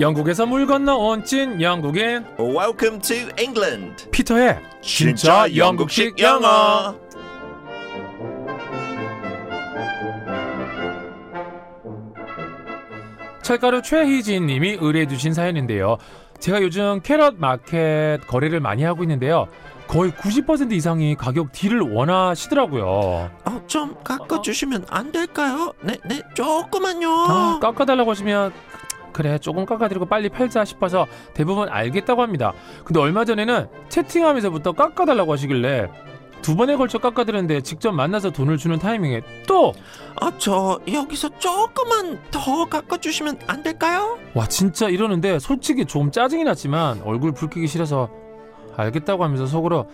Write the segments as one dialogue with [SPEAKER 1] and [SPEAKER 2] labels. [SPEAKER 1] 영국에서 물 건너 온 찐 영국인
[SPEAKER 2] Welcome to England.
[SPEAKER 1] 피터의 진짜 영국식 영어. 찰가루 최희진 님이 의뢰해 주신 사연인데요. 제가 요즘 캐럿 마켓 거래를 많이 하고 있는데요. 거의 90% 이상이 가격 딜을 원하시더라고요.
[SPEAKER 2] 어, 좀 깎아주시면 안 될까요? 네, 네, 조금만요.
[SPEAKER 1] 아, 깎아달라고 하시면 그래 조금 깎아드리고 빨리 팔자 싶어서 대부분 알겠다고 합니다. 근데 얼마 전에는 채팅하면서부터 깎아달라고 하시길래 두 번에 걸쳐 깎아드렸는데 직접 만나서 돈을 주는 타이밍에 또
[SPEAKER 2] 아, 저 여기서 조금만 더 깎아주시면 안 될까요?
[SPEAKER 1] 와 진짜 이러는데 솔직히 좀 짜증이 났지만 얼굴 붉히기 싫어서 알겠다고 하면서 속으로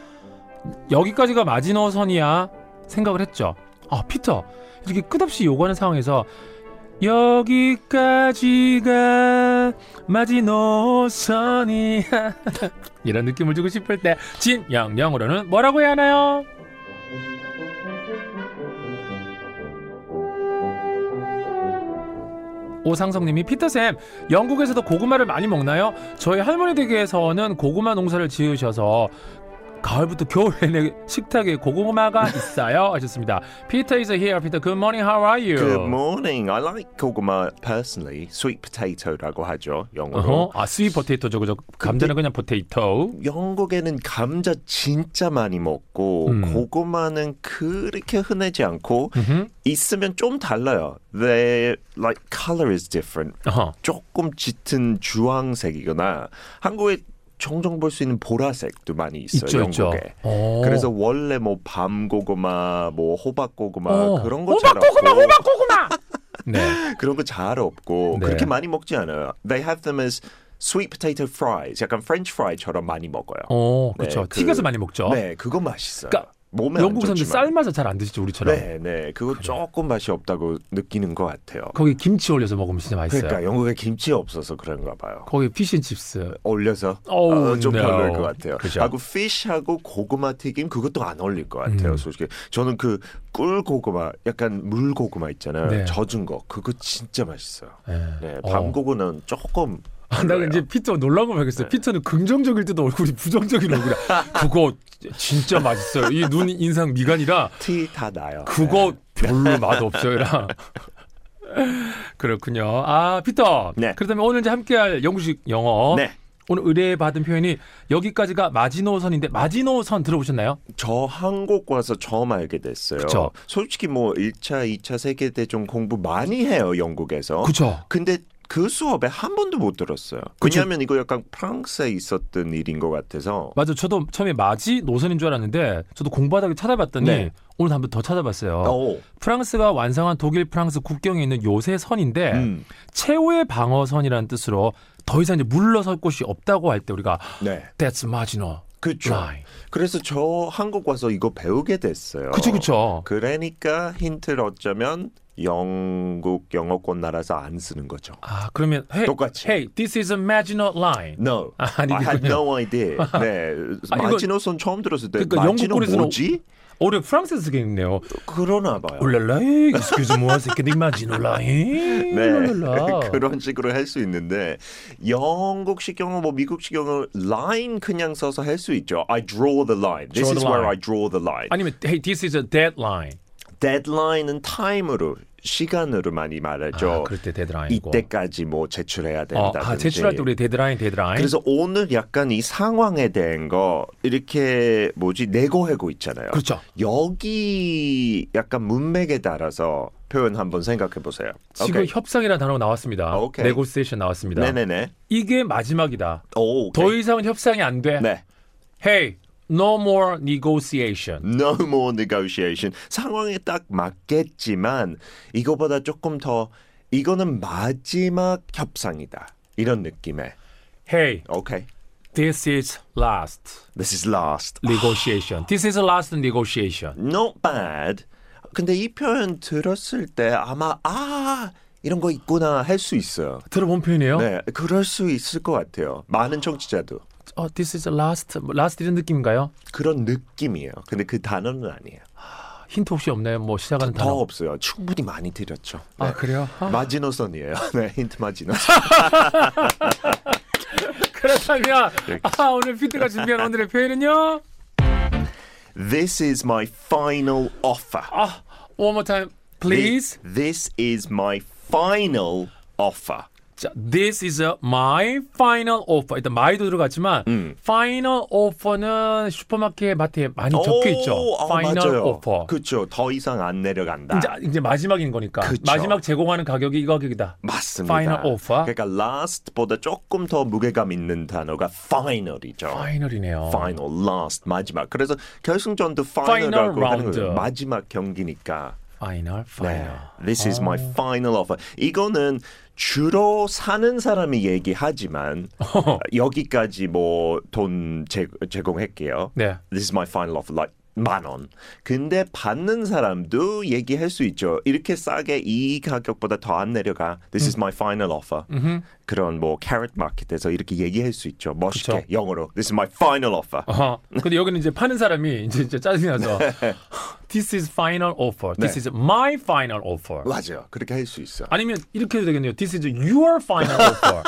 [SPEAKER 1] 여기까지가 마지노선이야 생각을 했죠 아 피터 이렇게 끝없이 요구하는 상황에서 여기까지가 마지노선이야 이런 느낌을 주고 싶을 때 진영영으로는 뭐라고 해야 하나요? 오상성님이 피터쌤 영국에서도 고구마를 많이 먹나요? 저희 할머니 댁에서는 고구마 농사를 지으셔서 가을부터 겨울 내내 식탁에 고구마가 있어요 하셨습니다 피터 is here 피터 good morning how are you?
[SPEAKER 2] Good morning. I like 고구마 personally. Sweet potato라고 하죠 영어로.
[SPEAKER 1] 어허, 아 스윗 포테이토죠 그죠 감자는 그냥 포테이토
[SPEAKER 2] 영국에는 감자 진짜 많이 먹고
[SPEAKER 1] 음.
[SPEAKER 2] 고구마는 그렇게 흔하지 않고
[SPEAKER 1] 음흠.
[SPEAKER 2] 있으면 좀 달라요. The like color is different.
[SPEAKER 1] 어허.
[SPEAKER 2] 조금 짙은 주황색이거나 한국에 종종 볼 수 있는 보라색도 많이 있어요.
[SPEAKER 1] 있죠 있죠
[SPEAKER 2] 영국에.
[SPEAKER 1] 어.
[SPEAKER 2] 그래서 원래 뭐 밤고구마, 뭐 호박고구마
[SPEAKER 1] 어.
[SPEAKER 2] 그런 거 잘
[SPEAKER 1] 호박고구마
[SPEAKER 2] 없고
[SPEAKER 1] 호박고구마 네
[SPEAKER 2] 그런 거 잘 없고
[SPEAKER 1] 네.
[SPEAKER 2] 그렇게 많이 먹지 않아요. They have them as sweet potato fries, 약간 French fry처럼 많이 먹어요.
[SPEAKER 1] 어, 그렇죠
[SPEAKER 2] 네, 그-
[SPEAKER 1] 튀겨서 많이 먹죠
[SPEAKER 2] 네, 그거 맛있어요.
[SPEAKER 1] 그러니까
[SPEAKER 2] 몸에 안
[SPEAKER 1] 영국 사람들
[SPEAKER 2] 좋지만.
[SPEAKER 1] 삶아서 잘 안 드시죠 우리처럼
[SPEAKER 2] 네, 네, 그거 조금 맛이 없다고 느끼는 것 같아요.
[SPEAKER 1] 거기 김치 올려서 먹으면 진짜 맛있어요
[SPEAKER 2] 그러니까 영국에 김치 없어서 그런가 봐요.
[SPEAKER 1] 거기 피쉬칩스
[SPEAKER 2] 올려서
[SPEAKER 1] 어우,
[SPEAKER 2] 어, 좀
[SPEAKER 1] no.
[SPEAKER 2] 별로일 것 같아요.
[SPEAKER 1] 그죠.
[SPEAKER 2] 하고 피쉬하고 고구마 튀김 그것도 안 어울릴 것 같아요.
[SPEAKER 1] 음.
[SPEAKER 2] 솔직히 저는 그 꿀 고구마 약간 물 고구마 있잖아요.
[SPEAKER 1] 네.
[SPEAKER 2] 젖은 거 그거 진짜 맛있어요.
[SPEAKER 1] 예.
[SPEAKER 2] 네,
[SPEAKER 1] 어.
[SPEAKER 2] 밤 고구마는 조금
[SPEAKER 1] 아, 나 이제 피터 놀란 거
[SPEAKER 2] 네.
[SPEAKER 1] 발견했어. 요 피터는 긍정적일 때도 얼굴이 부정적인 얼굴이야. 그거 진짜 맛있어요. 이 눈 인상 미간이라
[SPEAKER 2] 티 다 나요. 네.
[SPEAKER 1] 그거 별로 맛 없어요라. 그렇군요. 아 피터.
[SPEAKER 2] 네.
[SPEAKER 1] 그렇다면 오늘 이제 함께할 영국식 영어.
[SPEAKER 2] 네. 네,
[SPEAKER 1] 오늘 의뢰받은 표현이 여기까지가 마지노선인데 마지노선 들어보셨나요?
[SPEAKER 2] 저 한국 와서 처음 알게 됐어요.
[SPEAKER 1] 그쵸.
[SPEAKER 2] 솔직히 뭐 1차, 2차 세계 대전 공부 많이 해요 영국에서.
[SPEAKER 1] 그죠.
[SPEAKER 2] 근데 그 수업에 한 번도 못 들었어요.
[SPEAKER 1] 그쵸.
[SPEAKER 2] 왜냐하면 이거 약간 프랑스에 있었던 일인 것 같아서
[SPEAKER 1] 맞아. 저도 처음에 마지노선인 줄 알았는데 저도 공부하다가 찾아봤더니
[SPEAKER 2] 네.
[SPEAKER 1] 오늘 한번 더 찾아봤어요.
[SPEAKER 2] 오.
[SPEAKER 1] 프랑스가 완성한 독일 프랑스 국경에 있는 요새 선인데
[SPEAKER 2] 음.
[SPEAKER 1] 최후의 방어선이라는 뜻으로 더 이상 이제 물러설 곳이 없다고 할 때 우리가
[SPEAKER 2] 네.
[SPEAKER 1] That's marginal
[SPEAKER 2] 그쵸.
[SPEAKER 1] line.
[SPEAKER 2] 그래서 저 한국 와서 이거 배우게 됐어요.
[SPEAKER 1] 그쵸 그쵸.
[SPEAKER 2] 러니까 힌트를 얻자면 영국 영어권 나라에서 안 쓰는 거죠.
[SPEAKER 1] 아 그러면 hey,
[SPEAKER 2] 똑같이.
[SPEAKER 1] Hey, this is a marginal line.
[SPEAKER 2] No,
[SPEAKER 1] 아,
[SPEAKER 2] I had
[SPEAKER 1] 아니군요.
[SPEAKER 2] no idea. 네,
[SPEAKER 1] 아, 이거-
[SPEAKER 2] 마지노선 처음 들었을 때
[SPEAKER 1] 그러니까
[SPEAKER 2] 마지노
[SPEAKER 1] 영국권에서는-
[SPEAKER 2] 뭐지?
[SPEAKER 1] 올해 프랑스에서 쓰겠네요.
[SPEAKER 2] 그러나 봐요.
[SPEAKER 1] 올랄라, excuse moi, c'est que des marginal line.
[SPEAKER 2] 네,
[SPEAKER 1] 랄랄라.
[SPEAKER 2] 그런 식으로 할 수 있는데 영국식 영어, 뭐 미국식 영어 line 그냥 써서 할 수 있죠. I draw the line. This
[SPEAKER 1] Draw
[SPEAKER 2] is
[SPEAKER 1] the
[SPEAKER 2] where
[SPEAKER 1] line.
[SPEAKER 2] I draw the line.
[SPEAKER 1] 아니면 Hey, this is a deadline.
[SPEAKER 2] 데드라인은 타임으로 시간으로 많이 말하죠.
[SPEAKER 1] 아, 그럴 때 데드라인이고.
[SPEAKER 2] 그렇죠. 이때까지 뭐 제출해야
[SPEAKER 1] 어,
[SPEAKER 2] 된다든지.
[SPEAKER 1] 아, 제출할 때 우리 데드라인, 데드라인.
[SPEAKER 2] 그래서 오늘 약간 이 상황에 대한 거 이렇게 뭐지 내고하고 있잖아요.
[SPEAKER 1] 그렇죠.
[SPEAKER 2] 여기 약간 문맥에 따라서 표현 한번 생각해 보세요.
[SPEAKER 1] 지금 협상이라는 단어가 나왔습니다.
[SPEAKER 2] 아, 오케이.
[SPEAKER 1] 네고시에이션 나왔습니다.
[SPEAKER 2] 네네네.
[SPEAKER 1] 이게 마지막이다.
[SPEAKER 2] 오. 오케이.
[SPEAKER 1] 더 이상은 협상이 안 돼.
[SPEAKER 2] 네.
[SPEAKER 1] Hey, no more negotiation.
[SPEAKER 2] No more negotiation. 상황에 딱 맞겠지만 이거보다 조금 더 이거는 마지막 협상이다. 이런 느낌에.
[SPEAKER 1] Hey,
[SPEAKER 2] 오케이.
[SPEAKER 1] this is last
[SPEAKER 2] This is last.
[SPEAKER 1] negotiation. This is last negotiation.
[SPEAKER 2] Not bad. 근데 이 표현 들었을 때 아마 아 이런 거 있구나 할 수 있어요.
[SPEAKER 1] 들어본 표현이에요?
[SPEAKER 2] 네, 그럴 수 있을 것 같아요. 많은 청취자도
[SPEAKER 1] 어, this is last, last 이런 느낌인가요?
[SPEAKER 2] 그런 느낌이에요. 근데 그 단어는 아니에요.
[SPEAKER 1] 힌트 혹시 없나요? 뭐 시작하는
[SPEAKER 2] 더
[SPEAKER 1] 단어.
[SPEAKER 2] 없어요. 충분히 많이 드렸죠. 네.
[SPEAKER 1] 아 그래요? 아,
[SPEAKER 2] 마지노선이에요. 네, 힌트 마지노선.
[SPEAKER 1] 그렇다면
[SPEAKER 2] 네.
[SPEAKER 1] 아, 오늘 피트가 준비한 오늘의 표현은요.
[SPEAKER 2] This is my final offer.
[SPEAKER 1] 아, one more time, please.
[SPEAKER 2] This is my final offer.
[SPEAKER 1] 자, this is a my final offer. 일단 my도 들어갔지만 final offer는 슈퍼마켓 마트에 많이 적혀 있죠.
[SPEAKER 2] 오, 아,
[SPEAKER 1] final
[SPEAKER 2] 맞아요.
[SPEAKER 1] offer. 아.
[SPEAKER 2] 그렇죠. 더 이상 안 내려간다.
[SPEAKER 1] 이제, 이제 마지막인 거니까
[SPEAKER 2] 그쵸.
[SPEAKER 1] 마지막 제공하는 가격이 이 가격이다.
[SPEAKER 2] 맞습니다.
[SPEAKER 1] Final offer.
[SPEAKER 2] 그러니까 last보다 조금 더 무게감 있는 단어가 final이죠.
[SPEAKER 1] 파이널이네요.
[SPEAKER 2] final, last, 마지막. 그래서 결승전도
[SPEAKER 1] Final
[SPEAKER 2] final이라고 하는
[SPEAKER 1] round.
[SPEAKER 2] 거예요. 마지막 경기니까.
[SPEAKER 1] 파이널,
[SPEAKER 2] 네.
[SPEAKER 1] 파이널.
[SPEAKER 2] This is
[SPEAKER 1] 아.
[SPEAKER 2] my final offer. 이거는 주로 사는 사람이 얘기하지만 여기까지 뭐 돈 제공할게요.
[SPEAKER 1] 네.
[SPEAKER 2] This is my final offer. Like 만 원. 근데 받는 사람도 얘기할 수 있죠. 이렇게 싸게 이 가격보다 더 안 내려가. This
[SPEAKER 1] 음.
[SPEAKER 2] is my final offer. 그런 뭐 캐럿 마켓에서 이렇게 얘기할 수 있죠. 멋있게
[SPEAKER 1] 그쵸.
[SPEAKER 2] 영어로. This is my final offer.
[SPEAKER 1] 어허. 근데 여기는 이제 파는 사람이 이제 진짜 짜증나서 This is final offer.
[SPEAKER 2] 네.
[SPEAKER 1] This is my final offer.
[SPEAKER 2] 맞아요. 그렇게 할 수 있어.
[SPEAKER 1] 아니면 이렇게 해도 되겠네요. This is your final offer.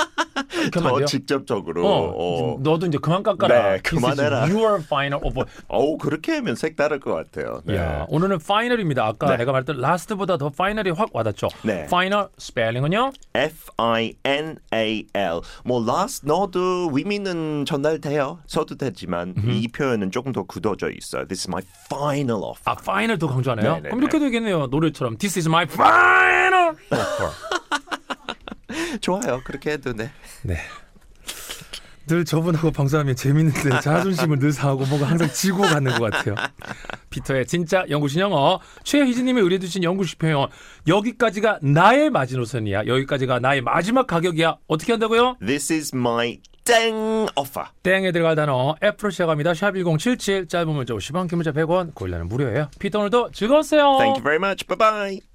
[SPEAKER 1] 이렇게 하면 안
[SPEAKER 2] 더
[SPEAKER 1] 돼요?
[SPEAKER 2] 직접적으로.
[SPEAKER 1] 어,
[SPEAKER 2] 어.
[SPEAKER 1] 너도 이제 그만 깎아라.
[SPEAKER 2] 네,
[SPEAKER 1] This is
[SPEAKER 2] 그만해라.
[SPEAKER 1] your final offer.
[SPEAKER 2] 어우 그렇게 하면 색다를 것 같아요. 네.
[SPEAKER 1] 야, 오늘은 파이널입니다. 아까 내가 말했던 라스트보다 더 파이널이 확 와닿죠.
[SPEAKER 2] 네.
[SPEAKER 1] 파이널 스펠링은요?
[SPEAKER 2] F I N A L. 뭐 last 넣어도 의미는 전달돼요. 써도 되지만 이 표현은 조금 더 굳어져 있어요. This is my final offer.
[SPEAKER 1] 아, 파이널 더 강조하네요.
[SPEAKER 2] 네, 네,
[SPEAKER 1] 그럼
[SPEAKER 2] 네.
[SPEAKER 1] 이렇게 되겠네요. 노래처럼 This is my final offer.
[SPEAKER 2] 좋아요. 그렇게 해도 네.
[SPEAKER 1] 네. 늘 저분하고 방송하면 재밌는데 자존심을 늘 상하고 뭔가 항상 지고 가는 것 같아요. 피터의 진짜 연구신 영어 최희진님이 의뢰주신 연구신 표현 여기까지가 나의 마지노선이야. 여기까지가 나의 마지막 가격이야. 어떻게 한다고요?
[SPEAKER 2] This is my 땡 offer.
[SPEAKER 1] 땡에 들어갈 단어 F로 시작합니다. 샵1077 짧은 문자 50원 긴 문자 100원 고릴라는 무료예요. 피터 오늘도 즐거웠어요.
[SPEAKER 2] Thank you very much. Bye bye.